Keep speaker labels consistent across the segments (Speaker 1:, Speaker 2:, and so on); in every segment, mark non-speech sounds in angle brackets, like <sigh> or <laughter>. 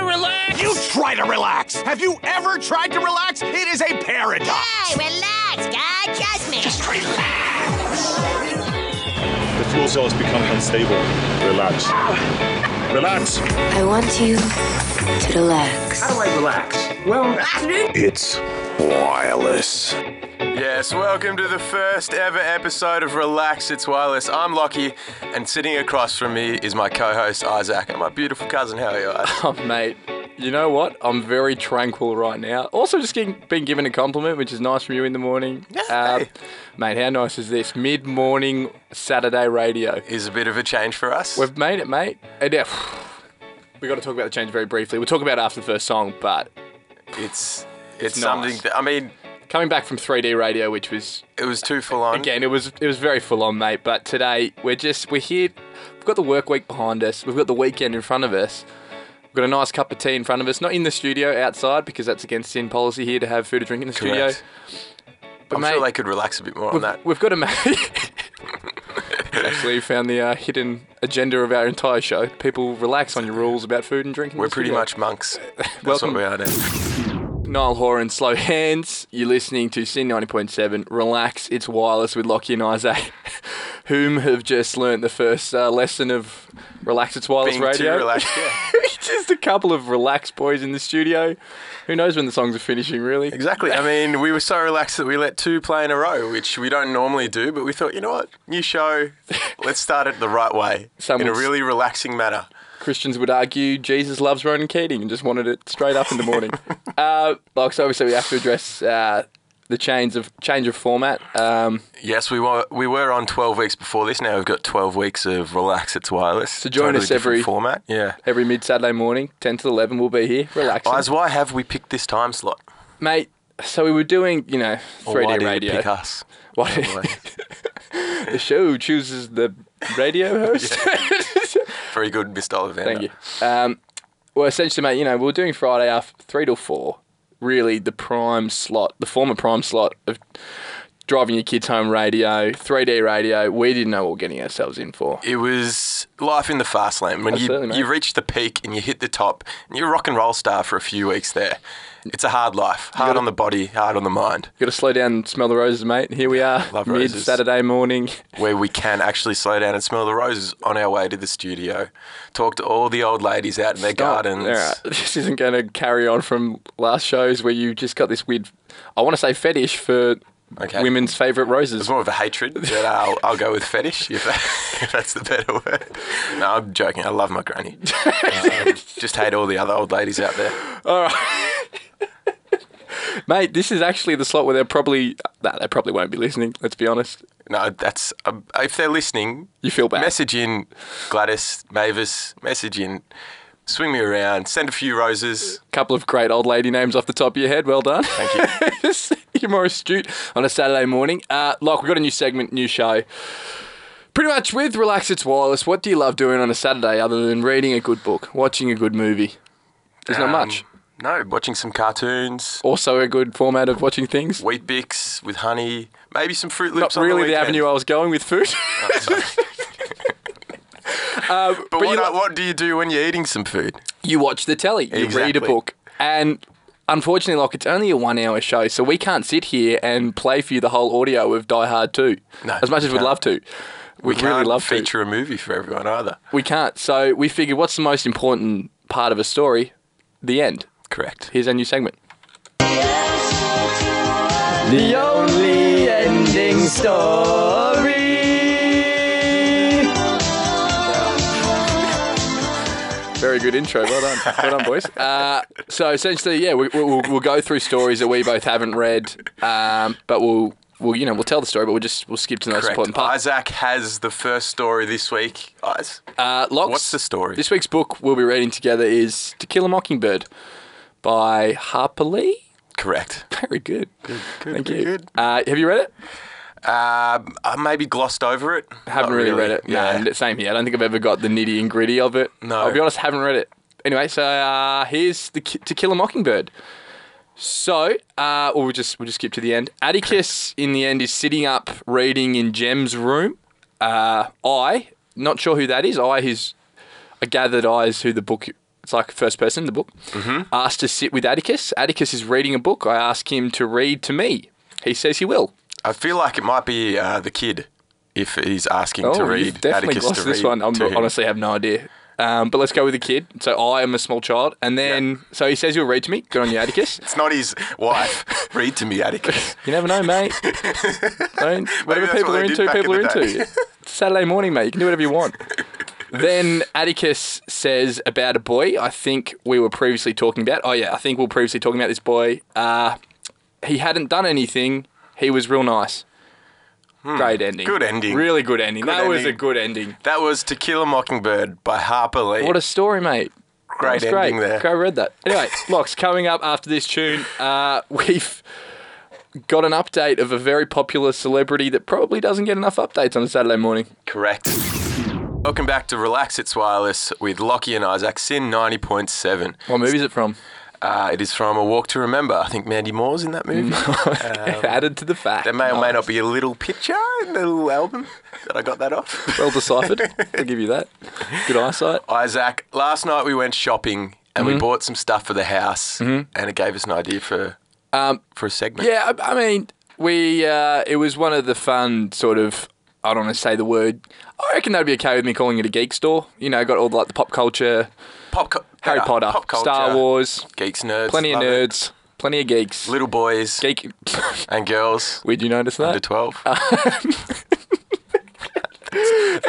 Speaker 1: You try to relax. Have you ever tried to relax? It is a paradox.
Speaker 2: Hey, relax. God judge me.
Speaker 1: Just relax.
Speaker 3: The fuel cell has become unstable. Relax. Relax.
Speaker 4: I want you to relax.
Speaker 5: How do I relax? Well,
Speaker 3: It's wireless.
Speaker 6: Yes, welcome to the first ever episode of Relax It's Wireless. I'm Lockie, and sitting across from me is my co host Isaac and my beautiful cousin Halliard.
Speaker 7: <laughs> Oh, mate, you know what? I'm very tranquil right now. Also, just getting, been given a compliment, which is nice from you in the morning. Uh,
Speaker 6: hey.
Speaker 7: Mate, how nice is this? Mid morning Saturday radio.
Speaker 6: Is a bit of a change for us.
Speaker 7: We've made it, mate. And yeah, <sighs> we got to talk about the change very briefly. We'll talk about it after the first song, but
Speaker 6: It's it's
Speaker 7: nice.
Speaker 6: something that I mean,
Speaker 7: coming back from 3D radio, which was
Speaker 6: it was too full on.
Speaker 7: again, it was it was very full on, mate. But today we're just we're here. We've got the work week behind us. We've got the weekend in front of us. We've got a nice cup of tea in front of us. Not in the studio, outside, because that's against sin policy here to have food or drink in the studio.
Speaker 6: Correct.
Speaker 7: But
Speaker 6: I'm
Speaker 7: mate,
Speaker 6: sure they could relax a bit more on
Speaker 7: we've,
Speaker 6: that.
Speaker 7: we've got to <laughs> make. Actually, found the uh, hidden agenda of our entire show. People relax on your rules about food and drinking.
Speaker 6: We're pretty much
Speaker 7: <laughs>
Speaker 6: monks. That's
Speaker 7: Welcome.
Speaker 6: what we are now.
Speaker 7: Niall Horan, slow hands. You're listening to Sin 90.7. Relax, it's wireless with Lockie and Isaac, <laughs> whom have just learnt the first uh, lesson of Relax, it's wireless
Speaker 6: Being
Speaker 7: radio. <laughs>
Speaker 6: too relaxed. Yeah.
Speaker 7: just a couple of relaxed boys in the studio. Who knows when the songs are finishing, really?
Speaker 6: <laughs> Exactly. I mean, we were so relaxed that we let two play in a row, which we don't normally do, but we thought, you know what?
Speaker 7: <laughs>
Speaker 6: New show. Let's start it the right way.
Speaker 7: Some
Speaker 6: in a
Speaker 7: would s-
Speaker 6: really relaxing manner.
Speaker 7: Christians would argue Jesus loves Ronan Keating and just wanted it straight up in the
Speaker 6: <laughs>
Speaker 7: morning. uh, like, so obviously we have to address uh, the change of change of format. Um,
Speaker 6: Yes, we were we were on twelve weeks before this. Now we've got twelve weeks of relax. It's wireless. So
Speaker 7: join us every-
Speaker 6: format. Yeah.
Speaker 7: every mid Saturday morning, ten to eleven, we'll be here relaxing,
Speaker 6: Guys, why have we picked this time slot?
Speaker 7: mate. So we were doing, you know,
Speaker 6: Or
Speaker 7: three
Speaker 6: why
Speaker 7: D
Speaker 6: did
Speaker 7: radio.
Speaker 6: you pick us?
Speaker 7: Why- <laughs> the show chooses the
Speaker 6: <laughs>
Speaker 7: radio host.
Speaker 6: Very good, Mr. Oliver.
Speaker 7: Thank you. Um, well, essentially, mate, you know, we are doing Friday after three till four. Really, the prime slot, the former prime slot of driving your kids home radio, 3D radio. We didn't know what we were getting ourselves in for.
Speaker 6: It was life in the fast lane when you
Speaker 7: Absolutely, mate.
Speaker 6: you reach the peak and you hit the top and you're a rock and roll star for a few weeks there. It's a hard life, hard on the body, hard on the mind,
Speaker 7: You got to slow down and smell the roses, mate. Here we are,
Speaker 6: Love
Speaker 7: mid
Speaker 6: roses.
Speaker 7: Saturday morning.
Speaker 6: where we can actually slow down and smell the roses on our way to the studio, talk to all the old ladies out in their
Speaker 7: Stop.
Speaker 6: gardens.
Speaker 7: All right. <laughs> This isn't going to carry on from last shows where you just got this weird, I want to say fetish for
Speaker 6: Okay.
Speaker 7: women's favourite roses.
Speaker 6: It's more of a hatred, but I'll, I'll go with fetish if, that, <laughs> if that's the better word. No, I'm joking. I love my granny. Um, just hate all the other old ladies out there.
Speaker 7: Mate, this is actually the slot where they're probably, nah, they probably won't be listening, let's be honest.
Speaker 6: No, that's um, if they're listening.
Speaker 7: <laughs> You feel bad.
Speaker 6: Message in Gladys, Mavis. Message in. Swing me around. Send a few roses.
Speaker 7: couple of great old lady names off the top of your head. Well done. <laughs>
Speaker 6: Thank you.
Speaker 7: You're more astute on a Saturday morning. Uh, like we've got a new segment, new show. Pretty much with Relax It's Wireless, what do you love doing on a Saturday other than reading a good book, watching a good movie? There's
Speaker 6: Um,
Speaker 7: not much.
Speaker 6: No, watching some cartoons.
Speaker 7: Also a good format of watching things.
Speaker 6: Wheat bix with honey. Maybe some Fruit
Speaker 7: Not
Speaker 6: Loops. on
Speaker 7: really the,
Speaker 6: weekend.
Speaker 7: avenue I was going with food. <laughs>
Speaker 6: But,
Speaker 7: But
Speaker 6: what,
Speaker 7: you
Speaker 6: are-
Speaker 7: lo-
Speaker 6: what do you do when you're eating some food?
Speaker 7: you watch the telly, you read a
Speaker 6: Exactly.
Speaker 7: book, and unfortunately, like it's only a one-hour show, so we can't sit here and play for you the whole audio of Die Hard Two.
Speaker 6: No,
Speaker 7: as much
Speaker 6: we
Speaker 7: as we'd
Speaker 6: can't.
Speaker 7: love to,
Speaker 6: We
Speaker 7: we'd
Speaker 6: can't
Speaker 7: really love to.
Speaker 6: feature a movie for everyone either.
Speaker 7: We can't. So we figured what's the most important part of a story? The end.
Speaker 6: Correct.
Speaker 7: Here's our new segment. The only ending story. Very good intro. Well done. Well done, boys. Uh, so essentially, yeah, we, we'll, we'll go through stories that we both haven't read, um, but we'll, we'll, you know, we'll tell the story, but we'll just we'll skip to the most
Speaker 6: Correct.
Speaker 7: important part.
Speaker 6: Isaac has the first story this week. Guys,
Speaker 7: Uh, Locks,
Speaker 6: What's the story?
Speaker 7: This week's book we'll be reading together is To Kill a Mockingbird by Harper Lee.
Speaker 6: correct.
Speaker 7: Very good.
Speaker 6: good,
Speaker 7: Thank
Speaker 6: good,
Speaker 7: you.
Speaker 6: good.
Speaker 7: Uh, have you read it?
Speaker 6: Um, I maybe glossed over it.
Speaker 7: Haven't
Speaker 6: Not
Speaker 7: really, read it. No,
Speaker 6: Yeah.
Speaker 7: and same here. I don't think I've ever got the nitty and gritty of it.
Speaker 6: No.
Speaker 7: I'll be honest, haven't read it. Anyway, so uh, here's the Ki- To Kill a Mockingbird. So, uh, well, we'll just we'll just skip to the end. Atticus, in the end, is sitting up reading in Jem's room. Uh, I, not sure who that is. I, his, I gathered I is who the book It's like first person in the book. Mm-hmm. Asked to sit with Atticus. Atticus is reading a book. I ask him to read to me. He says he will.
Speaker 6: I feel like it might be uh, the kid if he's asking to
Speaker 7: Oh, you've
Speaker 6: read
Speaker 7: definitely
Speaker 6: Atticus
Speaker 7: lost
Speaker 6: to
Speaker 7: this
Speaker 6: read
Speaker 7: one. I'm
Speaker 6: to him.
Speaker 7: honestly have no idea. Um, but let's go with the kid. So I am a small child, and then so he says he'll read to me. Good on you,
Speaker 6: <laughs>
Speaker 7: Atticus.
Speaker 6: It's not his
Speaker 7: <laughs>
Speaker 6: wife. read to me, Atticus.
Speaker 7: You never know,
Speaker 6: <laughs>
Speaker 7: mate. Don't, whatever
Speaker 6: that's
Speaker 7: people are
Speaker 6: what they did
Speaker 7: into,
Speaker 6: back in
Speaker 7: people
Speaker 6: the
Speaker 7: are
Speaker 6: day.
Speaker 7: into. It's Saturday morning, mate. You can do whatever you want.
Speaker 6: <laughs>
Speaker 7: then Atticus says about a boy I think we were previously talking about. Oh, yeah, I think we were previously talking about this boy. Uh, he hadn't done anything. He was real nice. Great ending.
Speaker 6: Hmm. Good ending.
Speaker 7: Really good ending.
Speaker 6: Good
Speaker 7: that was a
Speaker 6: ending.
Speaker 7: good ending.
Speaker 6: That was To Kill a Mockingbird by Harper Lee.
Speaker 7: What a story, mate.
Speaker 6: great
Speaker 7: That's
Speaker 6: ending
Speaker 7: great.
Speaker 6: there.
Speaker 7: Go read that.
Speaker 6: <laughs>
Speaker 7: Anyway, Locks, coming up after this tune, uh, we've got an update of a very popular celebrity that probably doesn't get enough updates on a Saturday morning.
Speaker 6: Correct. Welcome back to Relax It's Wireless with Lockie and Isaac, Sin 90.7.
Speaker 7: What movie is it from?
Speaker 6: Uh, it is from A Walk to Remember. I think Mandy Moore's in that movie.
Speaker 7: Mm. <laughs> Added to the fact.
Speaker 6: There Um, may or may not be a little picture in the little album <laughs> that I got
Speaker 7: <laughs>
Speaker 6: that off.
Speaker 7: Well deciphered. I'll give you that. Good eyesight.
Speaker 6: Isaac, last night we went shopping and
Speaker 7: Mm-hmm.
Speaker 6: we bought some stuff for the house and it gave us an idea for for a segment.
Speaker 7: Um, Yeah, I, I mean, we uh, it was one of the fun sort of. I don't want to say the word. I reckon that'd be okay with me calling it a geek store. You know, got all like the pop culture,
Speaker 6: Pop cu-
Speaker 7: Harry
Speaker 6: yeah,
Speaker 7: Potter,
Speaker 6: pop culture,
Speaker 7: Star Wars,
Speaker 6: geeks, nerds,
Speaker 7: plenty of
Speaker 6: love it.
Speaker 7: nerds, plenty of geeks.
Speaker 6: little boys
Speaker 7: Geek. <laughs>
Speaker 6: and girls
Speaker 7: Would you notice
Speaker 6: under
Speaker 7: that?
Speaker 6: 12.
Speaker 7: Uh,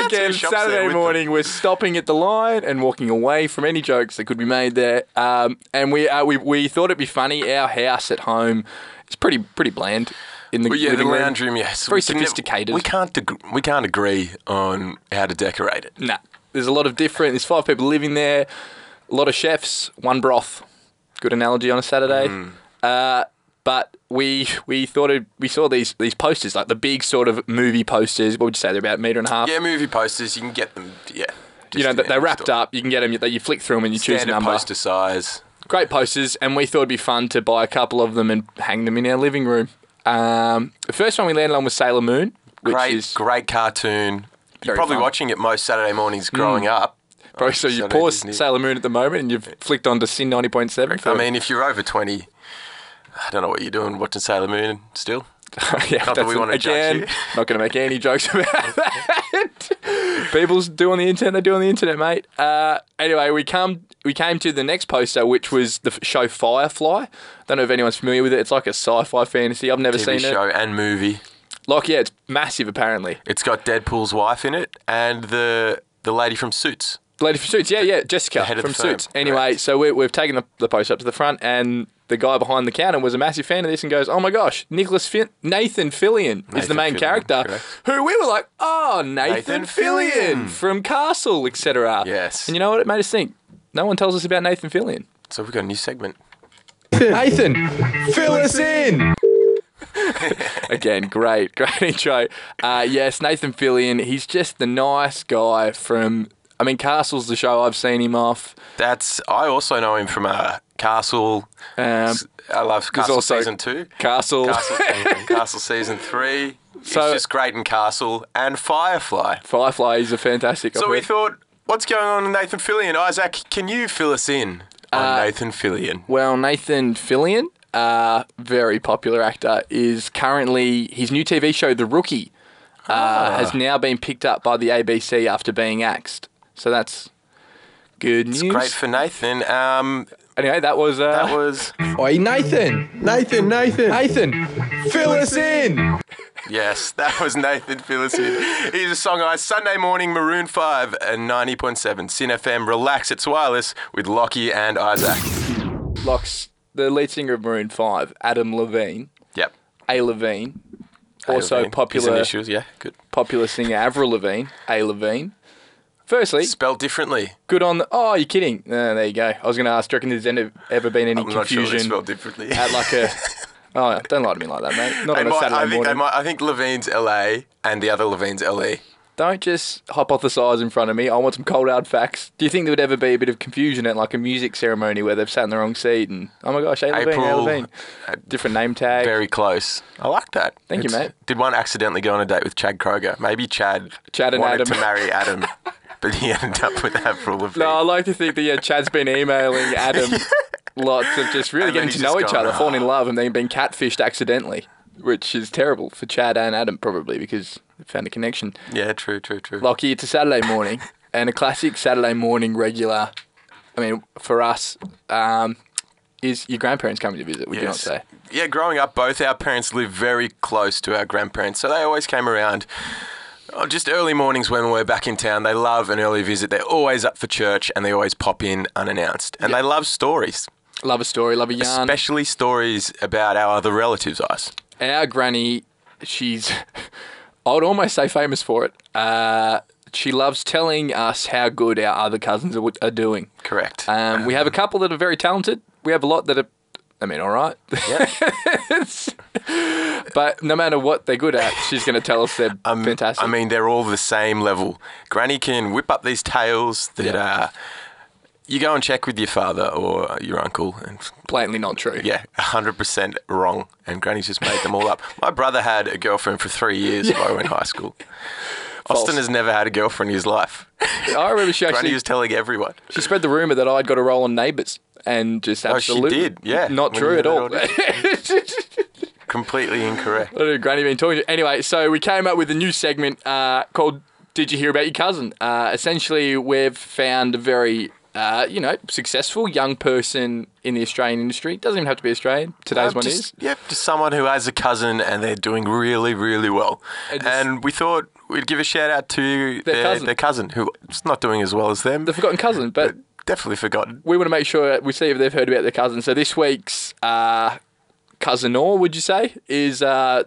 Speaker 7: Again,
Speaker 6: who shops there
Speaker 7: Saturday
Speaker 6: with them.
Speaker 7: morning, we're stopping at the line and walking away from any jokes that could be made there. Um, and we, uh, we we thought it'd be funny. Our house at home is pretty pretty bland in the
Speaker 6: Well, yeah, the
Speaker 7: living room.
Speaker 6: lounge room, yes.
Speaker 7: Very
Speaker 6: We can nev-
Speaker 7: sophisticated.
Speaker 6: we, can't deg- we can't agree on how to decorate it.
Speaker 7: Nah, there's a lot of different. There's five people living there. A lot of chefs. One broth. Good analogy on a Saturday.
Speaker 6: Mm.
Speaker 7: Uh, but we we thought it, we saw these these posters like the big sort of movie posters. What would you say? They're about a meter and a half.
Speaker 6: Yeah, movie posters, you can get them, yeah.
Speaker 7: you know,
Speaker 6: just in
Speaker 7: they're
Speaker 6: any
Speaker 7: wrapped
Speaker 6: store.
Speaker 7: up. You can get them. You, you flick through them and you choose a
Speaker 6: Standard
Speaker 7: number.
Speaker 6: poster size.
Speaker 7: Great posters, and we thought it'd be fun to buy a couple of them and hang them in our living room. Um, the first one we landed on was Sailor Moon, which
Speaker 6: Great,
Speaker 7: is
Speaker 6: great cartoon.
Speaker 7: Very
Speaker 6: You're probably
Speaker 7: fun. Mm.
Speaker 6: watching it most Saturday mornings growing up.
Speaker 7: bro. So you
Speaker 6: Saturday
Speaker 7: pause
Speaker 6: Disney.
Speaker 7: Sailor Moon at the moment, and you've flicked onto Sin ninety point seven.
Speaker 6: I mean, if you're over 20, I don't know what you're doing watching Sailor Moon still.
Speaker 7: <laughs> yeah,
Speaker 6: Not that
Speaker 7: that's
Speaker 6: we
Speaker 7: an-
Speaker 6: wanna judge
Speaker 7: again,
Speaker 6: you.
Speaker 7: <laughs> Not going to make any jokes about <laughs> that. People do on the internet, they do on the internet, mate. Uh, anyway, we come we came to the next poster, which was the f- show Firefly. Don't know if anyone's familiar with it. It's like a sci-fi fantasy. I've never
Speaker 6: TV
Speaker 7: seen it.
Speaker 6: show and movie.
Speaker 7: Like, yeah, it's massive apparently.
Speaker 6: It's got Deadpool's wife in it and the the lady from Suits.
Speaker 7: Lady from Suits, yeah, yeah, Jessica
Speaker 6: head of
Speaker 7: from
Speaker 6: the firm,
Speaker 7: Suits. Anyway, so we, we've taken the, the post up to the front, and the guy behind the counter was a massive fan of this and goes, "Oh my gosh, Nicholas fin- Nathan Fillion is the
Speaker 6: Nathan
Speaker 7: main
Speaker 6: Fillion,
Speaker 7: character."
Speaker 6: correct.
Speaker 7: Who we were like, "Oh, Nathan,
Speaker 6: Nathan
Speaker 7: Fillion,
Speaker 6: Fillion."
Speaker 7: from Castle, etc."
Speaker 6: Yes.
Speaker 7: And you know what? It made us think. No one tells us about Nathan Fillion.
Speaker 6: So we've got a new segment.
Speaker 5: Nathan, fill us in.
Speaker 7: <laughs> Again, great, great intro. Uh, yes, Nathan Fillion. He's just the nice guy from. I mean, Castle's the show I've seen him off.
Speaker 6: That's I also know him from uh, Castle.
Speaker 7: Um,
Speaker 6: I love Castle
Speaker 7: also
Speaker 6: season two.
Speaker 7: Castle.
Speaker 6: Castle, Castle season three.
Speaker 7: So-
Speaker 6: it's just great in Castle and <laughs> Firefly.
Speaker 7: Firefly is a fantastic.
Speaker 6: So we thought, what's going on with Nathan Fillion? Isaac, can you fill us in on
Speaker 7: Uh,
Speaker 6: Nathan Fillion?
Speaker 7: Well, Nathan Fillion, uh, very popular actor, is currently his new TV show, The Rookie, uh, has now been picked up by the ABC after being axed. So that's good news.
Speaker 6: Great for Nathan. Um,
Speaker 7: anyway, that was uh, <laughs>
Speaker 6: that was
Speaker 5: Oi, Nathan. Nathan, Nathan. Nathan, fill us in.
Speaker 6: yes, that was Nathan Fillion. Here's a song I Sunday morning Maroon Five and ninety point seven Sin FM. Relax, it's wireless with Lockie and Isaac.
Speaker 7: Locks, the lead singer of Maroon Five, Adam Levine,
Speaker 6: Yep.
Speaker 7: A Levine, also
Speaker 6: Levine. He's in
Speaker 7: popular
Speaker 6: issues. Yeah, good.
Speaker 7: popular singer Avril Levine, A Levine. Firstly,
Speaker 6: Spelled differently.
Speaker 7: good on the. Oh, you're kidding. No, there you go. I was going to ask, do you reckon there's any- ever been any
Speaker 6: I'm not sure
Speaker 7: confusion?
Speaker 6: they spelled differently. <laughs>
Speaker 7: at like a. Oh, don't lie to me like that, mate. Not
Speaker 6: They
Speaker 7: on a
Speaker 6: might-
Speaker 7: Saturday
Speaker 6: I think
Speaker 7: morning.
Speaker 6: they might. I think Levine's LA and the other Levine's E. LE.
Speaker 7: Don't just hypothesize in front of me. I want some cold hard facts. Do you think there would ever be a bit of confusion at like a music ceremony where they've sat in the wrong seat and oh my gosh, A Levine, A
Speaker 6: April. Uh,
Speaker 7: Levine, different name tag?
Speaker 6: Very close. I like that.
Speaker 7: Thank you, mate.
Speaker 6: Did one accidentally go on a date with Chad Kroger? Maybe Chad,
Speaker 7: Chad and
Speaker 6: wanted
Speaker 7: Adam. <laughs>
Speaker 6: to marry Adam. but he ended up with Avril Lavigne.
Speaker 7: No, I like to think that yeah, Chad's been
Speaker 6: <laughs>
Speaker 7: emailing Adam lots of just really
Speaker 6: And then
Speaker 7: getting to
Speaker 6: he's
Speaker 7: know
Speaker 6: just
Speaker 7: each
Speaker 6: gone,
Speaker 7: other, falling in love, and then being catfished accidentally, which is terrible for Chad and Adam probably because they found a connection.
Speaker 6: Yeah, true, true, true.
Speaker 7: Lockie, it's a Saturday
Speaker 6: <laughs>
Speaker 7: morning and a classic Saturday morning regular. I mean, for us, um, is your grandparents coming to visit? Would you not
Speaker 6: Yes.
Speaker 7: say?
Speaker 6: Yeah, growing up, both our parents lived very close to our grandparents, so they always came around. Oh, just early mornings when we're back in town, they love an early visit. They're always up for church and they always pop in unannounced. And they love stories,
Speaker 7: Love a story, love a yarn.
Speaker 6: especially stories about our other relatives' eyes.
Speaker 7: our granny, she's, <laughs> I would almost say famous for it. Uh, she loves telling us how good our other cousins are, are doing.
Speaker 6: Correct.
Speaker 7: Um, we have a couple that are very talented. We have a lot that are, I mean, all right. It's- <laughs> but no matter what they're good at, she's going to tell us they're fantastic.
Speaker 6: Um, I mean, they're all the same level. Granny can whip up these tales that uh, you go and check with your father or your uncle, and
Speaker 7: blatantly not true.
Speaker 6: yeah, 100% wrong. And Granny's just made them
Speaker 7: <laughs>
Speaker 6: all up. My brother had a girlfriend for three years while we were in high school. Austin has never had a girlfriend in his life.
Speaker 7: I remember she
Speaker 6: Granny
Speaker 7: actually
Speaker 6: was telling everyone.
Speaker 7: she spread the rumor that I'd got a role on Neighbours, and just
Speaker 6: Oh, she
Speaker 7: absolutely
Speaker 6: did, yeah.
Speaker 7: not
Speaker 6: When
Speaker 7: true
Speaker 6: you
Speaker 7: at all.
Speaker 6: heard it
Speaker 7: <laughs>
Speaker 6: Completely incorrect.
Speaker 7: I don't know, Granny been talking to. Anyway, so we came up with a new segment uh, called "Did You Hear About Your Cousin?" Uh, essentially, we've found a very uh, you know successful young person in the Australian industry. Doesn't even have to be Australian. Today's one
Speaker 6: Um, just,
Speaker 7: is.
Speaker 6: Yep, just someone who has a cousin and they're doing really, really well.
Speaker 7: And just-
Speaker 6: and we thought we'd give a shout out to
Speaker 7: Their
Speaker 6: their,
Speaker 7: cousin.
Speaker 6: their cousin who's not doing as well as them.
Speaker 7: The forgotten cousin, but
Speaker 6: Definitely forgotten.
Speaker 7: we want to make sure we see if they've heard about their cousin. So this week's uh, cousin or would you say, is uh,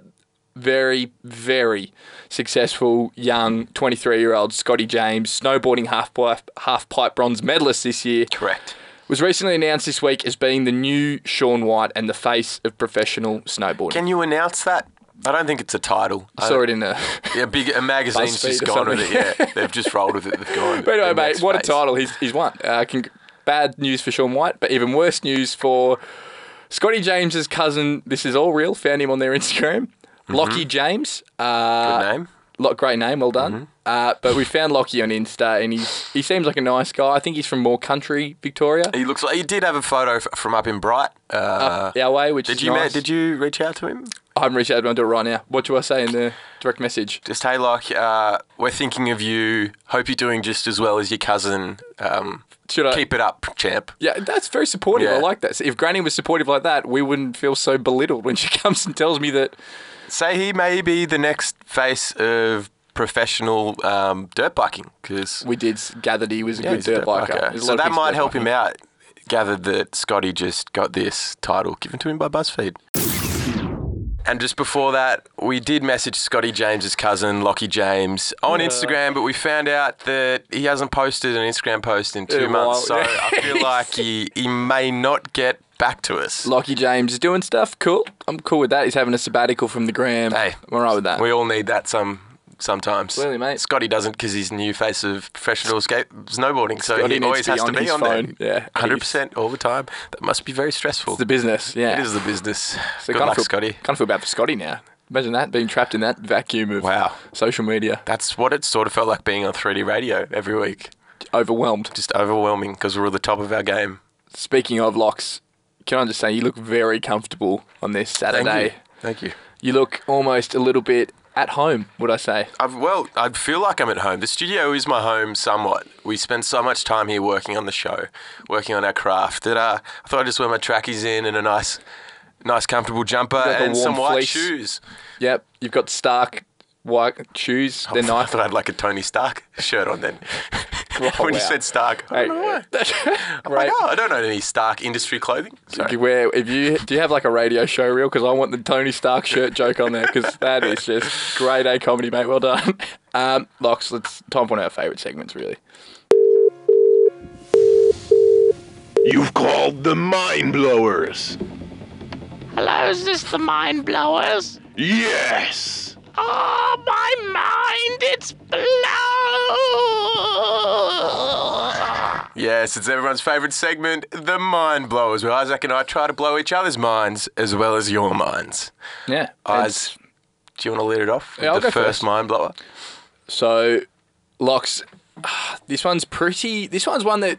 Speaker 7: very, very successful young 23-year-old Scotty James, snowboarding half-pipe, half-pipe bronze medalist this year.
Speaker 6: Correct.
Speaker 7: Was recently announced this week as being the new Sean White and the face of professional snowboarding.
Speaker 6: Can you announce that? I don't think it's a title. Uh,
Speaker 7: I saw it in the.
Speaker 6: Yeah, big a magazine's
Speaker 7: BuzzFeed
Speaker 6: just
Speaker 7: or
Speaker 6: gone with it.
Speaker 7: something.
Speaker 6: Yeah, they've just rolled with it. They've gone.
Speaker 7: <laughs> But anyway,
Speaker 6: in that
Speaker 7: mate, what a
Speaker 6: space.
Speaker 7: title he's, he's won. Uh, con- bad news for Sean White, but even worse news for Scotty James's cousin. This is all real. Found him on their <laughs> Instagram.
Speaker 6: Mm-hmm.
Speaker 7: Lockie James. Uh,
Speaker 6: Good name.
Speaker 7: Lot great name, well
Speaker 6: Mm-hmm.
Speaker 7: done. Uh, but we found Lockie on Insta, and he's he seems like a nice guy. I think he's from more country Victoria,
Speaker 6: He looks like he did have a photo f- from up in Bright. Uh,
Speaker 7: up our way. Which
Speaker 6: did
Speaker 7: is
Speaker 6: you ma-
Speaker 7: nice.
Speaker 6: did you reach out to him?
Speaker 7: I haven't reached out. to him, I'll do it right now. What do I say in the direct message?
Speaker 6: Just hey, like uh, we're thinking of you. Hope you're doing just as well as your cousin. Um,
Speaker 7: Should I
Speaker 6: keep it up, champ.
Speaker 7: Yeah, that's very supportive.
Speaker 6: Yeah.
Speaker 7: I like that. So if Granny was supportive like that, we wouldn't feel so belittled when she <laughs> comes and tells me that
Speaker 6: Say he may be the next face of professional um, dirt biking because
Speaker 7: we did s- gather that he was a
Speaker 6: yeah,
Speaker 7: good
Speaker 6: he's a
Speaker 7: dirt biker. There's a lot
Speaker 6: So
Speaker 7: of
Speaker 6: that
Speaker 7: people
Speaker 6: might
Speaker 7: dirt
Speaker 6: help him
Speaker 7: biking.
Speaker 6: out. Gathered that Scotty just got this title given to him by BuzzFeed. And just before that, we did message Scotty James's cousin, Lockie James, on Instagram, but we found out that he hasn't posted an Instagram post in two
Speaker 7: In a
Speaker 6: months. So
Speaker 7: while,
Speaker 6: I
Speaker 7: <laughs>
Speaker 6: feel like he, he may not get back to us.
Speaker 7: Lockie James is doing stuff. Cool. I'm cool with that. He's having a sabbatical from the gram.
Speaker 6: Hey,
Speaker 7: I'm all right with that.
Speaker 6: We all need that some sometimes.
Speaker 7: Clearly, mate.
Speaker 6: Scotty doesn't because he's the new face of professional skate snowboarding, so
Speaker 7: Scotty
Speaker 6: he
Speaker 7: needs
Speaker 6: always
Speaker 7: to be
Speaker 6: has to
Speaker 7: on
Speaker 6: be
Speaker 7: his
Speaker 6: on
Speaker 7: phone.
Speaker 6: there.
Speaker 7: Yeah, he
Speaker 6: hundred percent all the time. That must be very stressful.
Speaker 7: it's the business. Yeah.
Speaker 6: It is the business.
Speaker 7: So
Speaker 6: Good
Speaker 7: kinda
Speaker 6: luck,
Speaker 7: feel,
Speaker 6: Scotty.
Speaker 7: Kind of feel bad for Scotty now. Imagine that being trapped in that vacuum of
Speaker 6: Wow.
Speaker 7: social media,
Speaker 6: That's what it sort of felt like being on 3D radio every week.
Speaker 7: overwhelmed.
Speaker 6: Just overwhelming because we're at the top of our game.
Speaker 7: Speaking of locks, can I just say you look very comfortable on this Saturday?
Speaker 6: Thank you. Thank you.
Speaker 7: You look almost a little bit at home, would I say?
Speaker 6: I've, well, I feel like I'm at home. The studio is my home somewhat. We spend so much time here working on the show, working on our craft that uh, I thought I'd just wear my trackies in and a nice, nice comfortable jumper
Speaker 7: like a
Speaker 6: and some
Speaker 7: warm fleece.
Speaker 6: white shoes.
Speaker 7: Yep, you've got Stark white shoes. They're
Speaker 6: Oh, I
Speaker 7: nice.
Speaker 6: thought I had like a Tony Stark shirt on
Speaker 7: <laughs>
Speaker 6: then. <laughs> when
Speaker 7: wow.
Speaker 6: you said Stark, I
Speaker 7: Hey,
Speaker 6: don't know why. I'm
Speaker 7: right.
Speaker 6: like, oh, I don't own any Stark industry clothing. Sorry.
Speaker 7: You wear if you do you have like a radio show reel? Because I want the Tony Stark shirt joke on there because that is just grade A comedy, mate. Well done, <laughs> um, Locks. Let's time for one of our favourite segments, really.
Speaker 1: You've called the mind blowers.
Speaker 8: Hello, is this the mind blowers?
Speaker 1: Yes.
Speaker 8: Oh, my mind, it's blown!
Speaker 6: Yes, it's everyone's favourite segment, the mind blowers, where Isaac and I try to blow each other's minds as well as your minds.
Speaker 7: Yeah.
Speaker 6: Oz, do you want to lead it off? with
Speaker 7: Yeah, I'll
Speaker 6: the
Speaker 7: go
Speaker 6: first,
Speaker 7: first.
Speaker 6: mind blower.
Speaker 7: So, Locks, <sighs> This one's pretty. This one's one that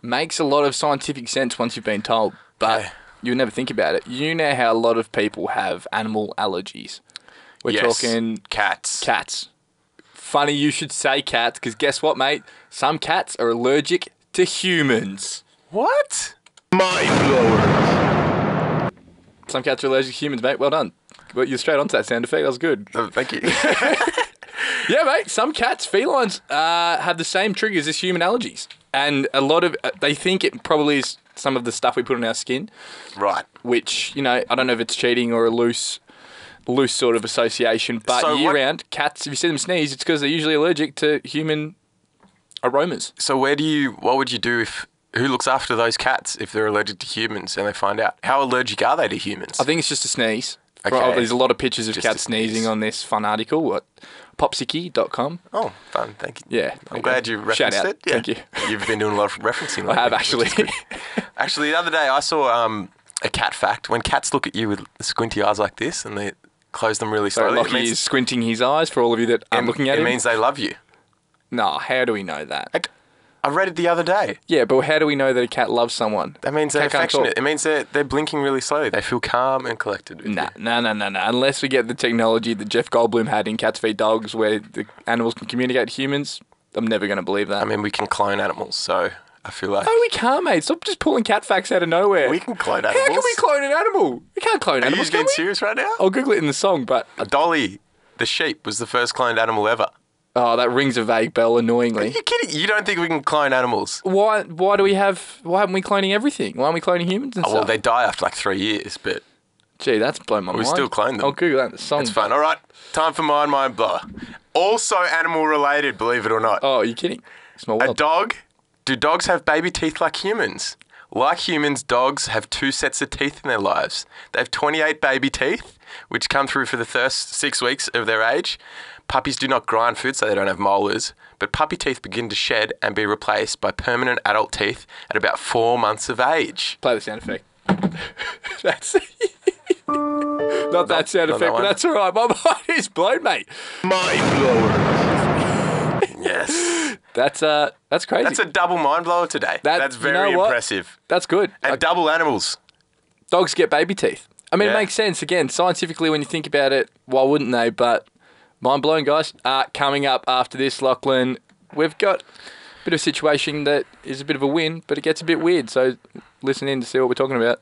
Speaker 7: makes a lot of scientific sense once you've been told, but
Speaker 6: Yeah.
Speaker 7: you'll never think about it. You know how a lot of people have animal allergies. We're
Speaker 6: Yes.
Speaker 7: talking
Speaker 6: cats.
Speaker 7: cats. Funny you should say cats, because guess what, mate? Some cats are allergic to humans.
Speaker 6: What?
Speaker 7: Some cats are allergic to humans, mate. Well done. Well, you're straight onto that sound effect. That was good.
Speaker 6: Oh, thank you. <laughs>
Speaker 7: Yeah, mate. Some cats, felines, uh, have the same triggers as human allergies, and a lot of uh, they think it probably is some of the stuff we put on our skin,
Speaker 6: right.
Speaker 7: which you know I don't know if it's cheating or a loose, loose sort of association. But
Speaker 6: So
Speaker 7: year
Speaker 6: what-
Speaker 7: round, cats, if you see them sneeze, it's because they're usually allergic to human aromas.
Speaker 6: So where do you? What would you do if? Who looks after those cats if they're allergic to humans and they find out? How allergic are they to humans?
Speaker 7: I think it's just a sneeze.
Speaker 6: Okay.
Speaker 7: Oh, there's a lot of pictures of
Speaker 6: Just a
Speaker 7: cats sneezing
Speaker 6: sneeze.
Speaker 7: on this fun article at popsicky.com.
Speaker 6: oh, fun. Thank you.
Speaker 7: Yeah.
Speaker 6: I'm
Speaker 7: okay.
Speaker 6: glad you referenced
Speaker 7: Shout out.
Speaker 6: it. Yeah.
Speaker 7: Thank you.
Speaker 6: <laughs> You've been doing a lot of referencing.
Speaker 7: I have
Speaker 6: lately, <laughs> which
Speaker 7: actually. <laughs>
Speaker 6: is good. Actually, the other day I saw um, a cat fact. When cats look at you with squinty eyes like this and they close them really
Speaker 7: So
Speaker 6: slowly, it
Speaker 7: Lockie
Speaker 6: means-
Speaker 7: is squinting his eyes for all of you that aren't
Speaker 6: it-
Speaker 7: looking at
Speaker 6: it
Speaker 7: him.
Speaker 6: means they love you.
Speaker 7: No, how do we know that?
Speaker 6: Like, I read it the other day.
Speaker 7: Yeah, but how do we know that a cat loves someone?
Speaker 6: That means they're
Speaker 7: Cat can't
Speaker 6: affectionate.
Speaker 7: talk.
Speaker 6: It means they're, they're blinking really slowly. They feel calm and collected. with
Speaker 7: Nah,
Speaker 6: you.
Speaker 7: no, no, no, no. Unless we get the technology that Jeff Goldblum had in Cats v Dogs, where the animals can communicate to humans, I'm never going to believe that.
Speaker 6: I mean, we can clone animals, so I feel like
Speaker 7: no, we can't, mate. Stop just pulling cat facts out of nowhere.
Speaker 6: we can clone
Speaker 7: Oh, How can
Speaker 6: animals.
Speaker 7: we clone an animal? We can't clone
Speaker 6: Are you
Speaker 7: animals.
Speaker 6: just
Speaker 7: Can
Speaker 6: being
Speaker 7: we?
Speaker 6: serious right now?
Speaker 7: I'll Google it in the song, but
Speaker 6: Dolly, the sheep, was the first cloned animal ever.
Speaker 7: oh, that rings a vague bell
Speaker 6: Are <laughs>
Speaker 7: annoyingly.
Speaker 6: you kidding? You don't think we can clone animals?
Speaker 7: Why? Why do we have? Why aren't we cloning everything? Why aren't we cloning humans and
Speaker 6: Oh, well,
Speaker 7: stuff?
Speaker 6: they die after like three years, but
Speaker 7: Gee, that's blown my
Speaker 6: We
Speaker 7: mind.
Speaker 6: still clone them.
Speaker 7: I'll Google that in the song.
Speaker 6: it's fun. All right, time for mine, mind blower. Also animal related, believe it or not.
Speaker 7: Oh, are you kidding? It's my
Speaker 6: A
Speaker 7: world.
Speaker 6: dog? Do dogs have baby teeth like humans? Like humans, dogs have two sets of teeth in their lives. They have 28 baby teeth, which come through for the first six weeks of their age. Puppies do not grind food, so they don't have molars, but puppy teeth begin to shed and be replaced by permanent adult teeth at about four months of age.
Speaker 7: Play the sound effect. <laughs> that's not that sound
Speaker 6: not
Speaker 7: effect,
Speaker 6: that
Speaker 7: but
Speaker 6: one.
Speaker 7: that's all right. My <laughs> mind is blown, mate.
Speaker 6: Yes.
Speaker 7: That's uh, that's crazy.
Speaker 6: That's a double mind blower today.
Speaker 7: That-
Speaker 6: That's
Speaker 7: you know
Speaker 6: very
Speaker 7: what?
Speaker 6: impressive.
Speaker 7: That's good.
Speaker 6: And
Speaker 7: Like,
Speaker 6: double animals.
Speaker 7: dogs get baby teeth. I mean, it
Speaker 6: Yeah.
Speaker 7: makes sense. Again, scientifically, when you think about it, why wouldn't they? But mind blowing, guys. Uh, coming up after this, Lachlan, we've got a bit of a situation that is a bit of a win, but it gets a bit weird. So listen in to see what we're talking about.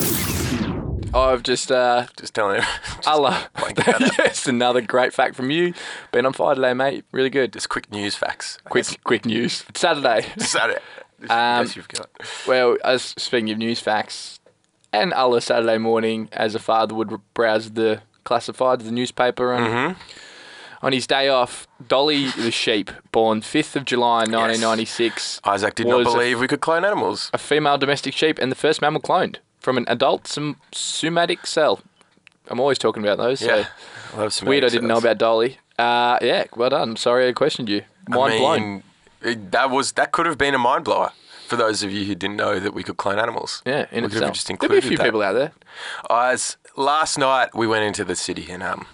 Speaker 7: I've just uh,
Speaker 6: Just telling him.
Speaker 7: Allah. <laughs>
Speaker 6: blank that out.
Speaker 7: That's another great fact from you. Been on fire today, mate. Really good.
Speaker 6: <laughs> Just quick news facts. <laughs>
Speaker 7: quick, quick news. It's Saturday.
Speaker 6: Is that it?
Speaker 7: Um,
Speaker 6: yes, you've got.
Speaker 7: well, as speaking of news facts, and Allah Saturday morning, as a father would browse the classifieds, the newspaper, and
Speaker 6: Mm-hmm.
Speaker 7: on his day off, Dolly the sheep, born fifth of July, nineteen ninety six,
Speaker 6: Isaac did not
Speaker 7: was a-
Speaker 6: believe we could clone animals.
Speaker 7: a female domestic sheep and the first mammal cloned from an adult som- somatic cell. I'm always talking about those.
Speaker 6: Yeah.
Speaker 7: So.
Speaker 6: I love
Speaker 7: Weird, I didn't know
Speaker 6: cells.
Speaker 7: about Dolly. Uh, yeah, well done. Sorry I questioned you. Mind
Speaker 6: I mean,
Speaker 7: blown.
Speaker 6: it- that was that could have been a mind blower for those of you who didn't know that we could clone animals.
Speaker 7: Yeah, in
Speaker 6: we could
Speaker 7: itself.
Speaker 6: have just
Speaker 7: There'll be a
Speaker 6: included
Speaker 7: few
Speaker 6: that.
Speaker 7: people out there.
Speaker 6: Guys, last night we went into the city and um,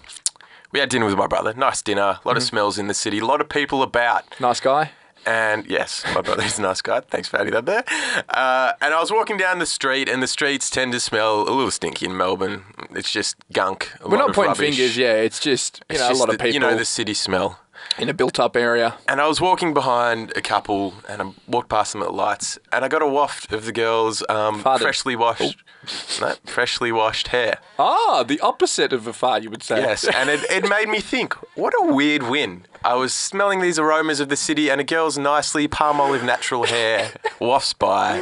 Speaker 6: we had dinner with my brother. Nice dinner, a lot
Speaker 7: Mm-hmm.
Speaker 6: of smells in the city, a lot of people about.
Speaker 7: Nice guy.
Speaker 6: And yes, my brother's a nice guy. Thanks for adding that there. Uh, and I was walking down the street, and the streets tend to smell a little stinky in Melbourne. It's just gunk. a
Speaker 7: We're
Speaker 6: lot
Speaker 7: not
Speaker 6: of
Speaker 7: pointing
Speaker 6: rubbish.
Speaker 7: fingers. Yeah, it's just you
Speaker 6: It's
Speaker 7: know
Speaker 6: just
Speaker 7: a lot of
Speaker 6: the-
Speaker 7: people
Speaker 6: You know the city smell.
Speaker 7: in a built-up area.
Speaker 6: And I was walking behind a couple, and I walked past them at the lights, and I got a waft of the girl's um,
Speaker 7: Farted.
Speaker 6: freshly washed,
Speaker 7: Oh.
Speaker 6: no, freshly washed hair.
Speaker 7: Ah, the opposite of a fart, you would say.
Speaker 6: Yes, and it, it made me think, what a weird win. I was smelling these aromas of the city, and a girl's nicely palm olive natural
Speaker 7: <laughs>
Speaker 6: hair wafts by.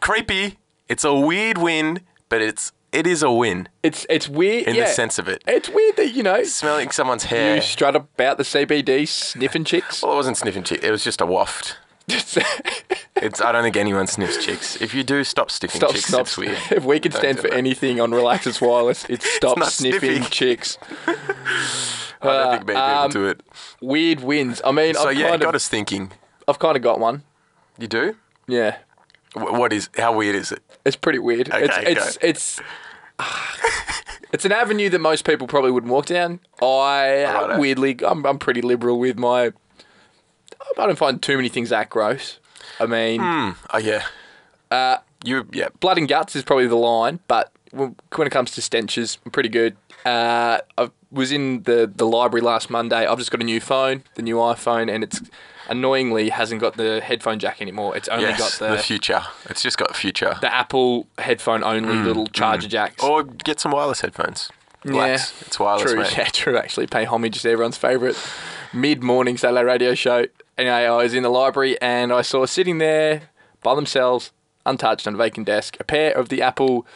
Speaker 6: Creepy. It's a weird win, but it's it is a win.
Speaker 7: <laughs> it's it's weird
Speaker 6: In the
Speaker 7: yeah.
Speaker 6: sense of it.
Speaker 7: It's weird that you know
Speaker 6: Smelling someone's hair.
Speaker 7: you strut about the CBD sniffing chicks.
Speaker 6: <laughs> well, it wasn't sniffing chick. It was just a waft.
Speaker 7: <laughs>
Speaker 6: It's. I don't think anyone sniffs chicks. If you do, stop sniffing
Speaker 7: Stop,
Speaker 6: chicks.
Speaker 7: stop.
Speaker 6: It's weird.
Speaker 7: If we could
Speaker 6: Don't
Speaker 7: stand
Speaker 6: do
Speaker 7: for
Speaker 6: that.
Speaker 7: anything on Relaxus Wireless,
Speaker 6: <laughs>
Speaker 7: it's stop
Speaker 6: not
Speaker 7: sniffing
Speaker 6: sniffing.
Speaker 7: chicks.
Speaker 6: I don't think many people
Speaker 7: um,
Speaker 6: do it.
Speaker 7: Weird wins. I mean,
Speaker 6: So
Speaker 7: I've,
Speaker 6: yeah, it
Speaker 7: kind
Speaker 6: got
Speaker 7: of,
Speaker 6: us thinking.
Speaker 7: I've kind of got one.
Speaker 6: You do?
Speaker 7: Yeah.
Speaker 6: Wh- What is? How weird is it?
Speaker 7: It's pretty weird.
Speaker 6: Okay,
Speaker 7: it's it's
Speaker 6: go.
Speaker 7: it's ah. it's an avenue that most people probably wouldn't walk down. I
Speaker 6: Righto.
Speaker 7: weirdly, I'm I'm pretty liberal with my. I don't find too many things that gross. I mean,
Speaker 6: Oh yeah.
Speaker 7: Uh,
Speaker 6: you yeah.
Speaker 7: blood and guts is probably the line, but when when it comes to stenches, I'm pretty good. Uh, I was in the, the library last Monday. I've just got a new phone, the new iPhone, and it's annoyingly hasn't got the headphone jack anymore. It's only
Speaker 6: Yes,
Speaker 7: got
Speaker 6: the,
Speaker 7: the
Speaker 6: future. It's just got future.
Speaker 7: the Apple headphone only
Speaker 6: Hmm,
Speaker 7: little charger jacks.
Speaker 6: Or get some wireless headphones. Relax.
Speaker 7: Yeah,
Speaker 6: It's wireless,
Speaker 7: True,
Speaker 6: mate.
Speaker 7: <laughs> yeah, true. Actually, pay homage to everyone's favourite mid-morning Saturday radio show. Anyway, I was in the library and I saw sitting there by themselves, untouched on a vacant desk, a pair of the Apple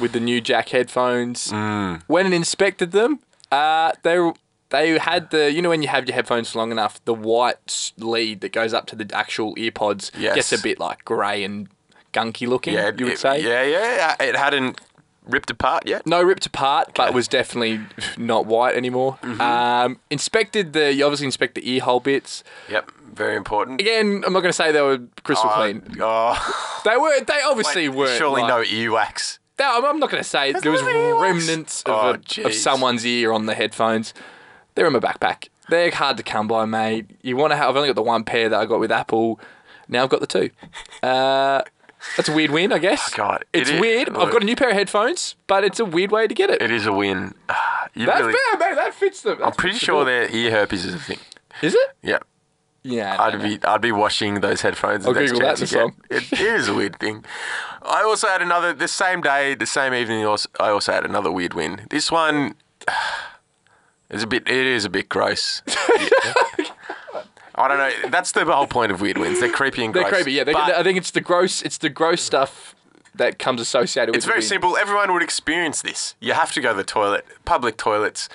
Speaker 7: with the new jack headphones.
Speaker 6: Mm.
Speaker 7: Went and inspected them. Uh, they were- they had the you know when you have your headphones for long enough, the white s- lead that goes up to the actual earpods
Speaker 6: Yes.
Speaker 7: gets a bit like grey and gunky looking.
Speaker 6: <laughs> Yeah,
Speaker 7: you would
Speaker 6: it-
Speaker 7: say.
Speaker 6: Yeah, yeah. It hadn't ripped apart yet.
Speaker 7: No, ripped apart, but was definitely not white anymore.
Speaker 6: Mm-hmm.
Speaker 7: Um, inspected the, you obviously inspect the ear hole bits.
Speaker 6: Yep. Very important.
Speaker 7: Again, I'm not going to say they were crystal
Speaker 6: Uh,
Speaker 7: clean.
Speaker 6: oh,
Speaker 7: They were, they obviously
Speaker 6: wait,
Speaker 7: were.
Speaker 6: surely
Speaker 7: like,
Speaker 6: no earwax.
Speaker 7: They- I'm I'm not going to say there was remnants
Speaker 6: Oh,
Speaker 7: of, a, of
Speaker 6: jeez.
Speaker 7: someone's ear on the headphones. They're in my backpack. They're hard to come by, mate. You want to have? I've only got the one pair that I got with Apple. Now I've got the two. Uh, that's a weird win, I guess.
Speaker 6: Oh, God, it
Speaker 7: it's
Speaker 6: is-
Speaker 7: weird. I've
Speaker 6: look.
Speaker 7: got a new pair of headphones, but it's a weird way to get it.
Speaker 6: It is a win. <sighs> Ah, You
Speaker 7: That's
Speaker 6: really,
Speaker 7: fair, mate. That fits them.
Speaker 6: I'm pretty sure their ear herpes is a thing.
Speaker 7: Is it?
Speaker 6: Yeah.
Speaker 7: Yeah. I
Speaker 6: I'd
Speaker 7: don't know.
Speaker 6: be I'd be washing those headphones. the
Speaker 7: I'll
Speaker 6: next
Speaker 7: Google that
Speaker 6: chance
Speaker 7: in a
Speaker 6: I get. It is a weird thing. I also had another the same day, the same evening. also- I also had another weird win. This one <sighs> is a bit. It is a bit gross. <laughs> I don't know. That's the whole point of weird wins. They're creepy and
Speaker 7: They're
Speaker 6: gross.
Speaker 7: creepy. Yeah. They,
Speaker 6: But Hmm.
Speaker 7: I think it's the gross. It's the gross stuff that comes associated
Speaker 6: It's
Speaker 7: with.
Speaker 6: very
Speaker 7: the
Speaker 6: simple. Everyone would experience this. You have to go to the toilet, public toilets.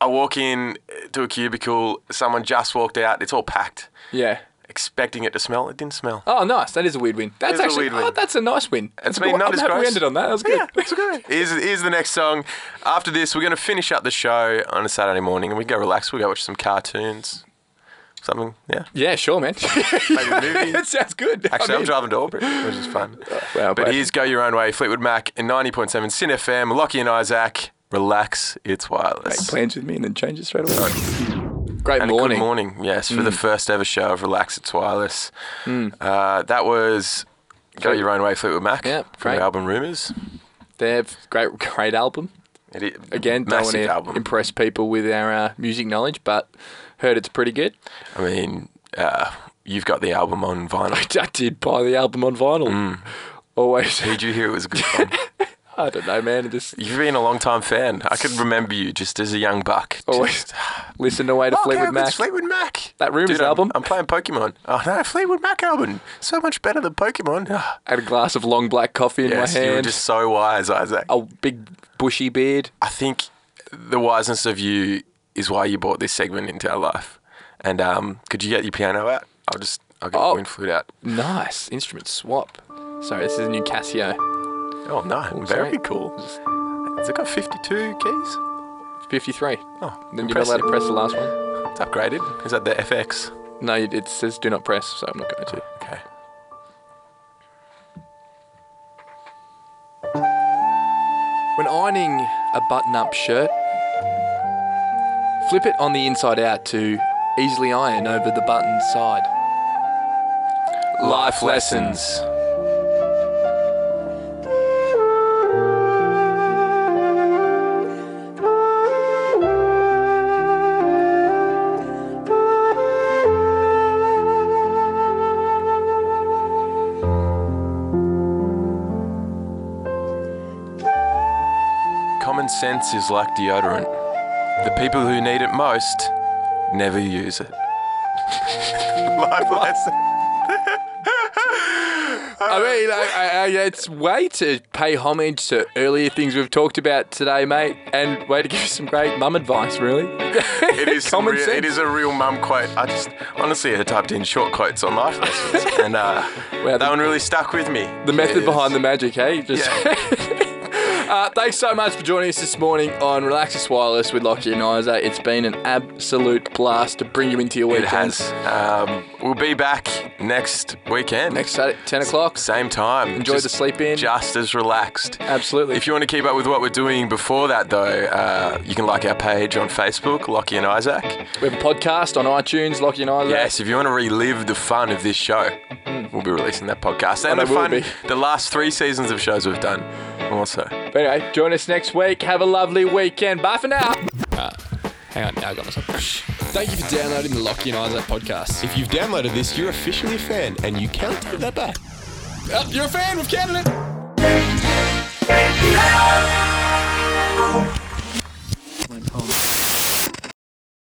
Speaker 6: I walk in uh, to a cubicle. Someone just walked out. It's all packed.
Speaker 7: win. Yeah.
Speaker 6: Expecting it to smell, it didn't smell.
Speaker 7: Oh, nice. That is a weird win. That's
Speaker 6: is a
Speaker 7: actually.
Speaker 6: weird win.
Speaker 7: Oh, that's a nice win. That's
Speaker 6: It's
Speaker 7: a good
Speaker 6: been
Speaker 7: one.
Speaker 6: not
Speaker 7: I'm
Speaker 6: as
Speaker 7: happy we
Speaker 6: gross.
Speaker 7: ended on that. That was good.
Speaker 6: it's okay. Here's, here's the next song. After this, we're going to finish up the show on a Saturday morning and we go relax. We go watch some cartoons, something. Yeah.
Speaker 7: <laughs> Yeah. Sure, man.
Speaker 6: Maybe
Speaker 7: <laughs>
Speaker 6: a movie.
Speaker 7: that sounds good.
Speaker 6: Actually,
Speaker 7: I
Speaker 6: I'm
Speaker 7: mean,
Speaker 6: driving to Albury, which
Speaker 7: <laughs>
Speaker 6: is fun.
Speaker 7: Wow,
Speaker 6: but
Speaker 7: both.
Speaker 6: here's Go Your Own Way, Fleetwood Mac, in 90.7 Sin FM, Lockie and Isaac. Relax, it's wireless.
Speaker 7: Make plans with me and then change it straight away. Great morning.
Speaker 6: and
Speaker 7: Mm.
Speaker 6: a good morning, yes, for the first ever show of Relax, it's wireless. Uh, that was Go Your Own Way, Fleetwood Mac,
Speaker 7: Yeah,
Speaker 6: from
Speaker 7: great.
Speaker 6: the album Rumours.
Speaker 7: They have great, great album.
Speaker 6: It is
Speaker 7: Again, don't want
Speaker 6: massive
Speaker 7: to
Speaker 6: album.
Speaker 7: impress people with our uh, music knowledge, but heard it's pretty good.
Speaker 6: I mean, uh, you've got the album on vinyl.
Speaker 7: I did buy the album on vinyl.
Speaker 6: Mm.
Speaker 7: Always. <laughs>
Speaker 6: Did you hear it was a good song?
Speaker 7: I don't know, man. Just
Speaker 6: You've been a long time fan. I could remember you just as a young buck.
Speaker 7: Always.
Speaker 6: Just,
Speaker 7: listen away to
Speaker 6: oh,
Speaker 7: Oh, Fleetwood
Speaker 6: Kev, it's
Speaker 7: Mac.
Speaker 6: Fleetwood Mac.
Speaker 7: That Rumours
Speaker 6: Dude, I'm-
Speaker 7: album.
Speaker 6: I'm, playing Pokemon. Oh no, Fleetwood Mac album. So much better than Pokemon. Ah,
Speaker 7: I had a glass of long black coffee in
Speaker 6: yes,
Speaker 7: my
Speaker 6: you were
Speaker 7: hand. Oh.
Speaker 6: just so wise, Isaac.
Speaker 7: A big bushy beard.
Speaker 6: I think the wiseness of you is why you brought this segment into our life. And um, could you get your piano out? I'll just I'll get
Speaker 7: Oh.
Speaker 6: the wind flute out.
Speaker 7: Nice instrument swap. Sorry, this is a new Casio.
Speaker 6: Oh no, very
Speaker 7: sorry.
Speaker 6: cool. Has it got 52 keys?
Speaker 7: 53.
Speaker 6: Oh,
Speaker 7: Then you're not allowed to press the last one.
Speaker 6: It's upgraded. Is that the FX?
Speaker 7: No, it it says do not press, so I'm not going to.
Speaker 6: Okay.
Speaker 7: When ironing a button up shirt, flip it on the inside out to easily iron over the button side. Life lessons.
Speaker 6: Common sense is like deodorant. The people who need it most never use it. Life lesson.
Speaker 7: I mean, I, I, I, it's way to pay homage to earlier things we've talked about today, mate, and way to give you some great mum advice, really.
Speaker 6: <laughs> It is some
Speaker 7: Common
Speaker 6: real,
Speaker 7: sense.
Speaker 6: It is a real mum quote. I just honestly I typed in short quotes on life lessons, <laughs> and uh,
Speaker 7: Wow,
Speaker 6: that
Speaker 7: the-
Speaker 6: one really stuck with me.
Speaker 7: The method behind the magic, hey? Just
Speaker 6: Yeah.
Speaker 7: <laughs> Uh, thanks so much for joining us this morning on Relaxus Wireless with Lockie and Isa. It's been an absolute blast to bring you into your <laughs>
Speaker 6: It
Speaker 7: weekend.
Speaker 6: has. Um, we'll be back next weekend.
Speaker 7: Next Saturday, 10 o'clock.
Speaker 6: Same time.
Speaker 7: Enjoy the sleep in.
Speaker 6: Just as relaxed.
Speaker 7: Absolutely.
Speaker 6: If you want to keep up with what we're doing before that, though, uh, you can like our page on Facebook, Lockie and Isaac.
Speaker 7: We have a podcast on iTunes, Lockie and Isaac.
Speaker 6: Yes, if you want to relive the fun of this show, we'll be releasing that podcast and
Speaker 7: Oh, there
Speaker 6: the
Speaker 7: will
Speaker 6: fun,
Speaker 7: be.
Speaker 6: the last three seasons of shows we've done. Also,
Speaker 7: But anyway, join us next week. Have a lovely weekend. Bye for now.
Speaker 9: Hang on, now I got myself. Thank you for downloading the Lockie and Isaac podcast.
Speaker 5: If you've downloaded this, you're officially a fan, and you can't take that back.
Speaker 9: Oh, you're a fan, we've counted it.
Speaker 2: Time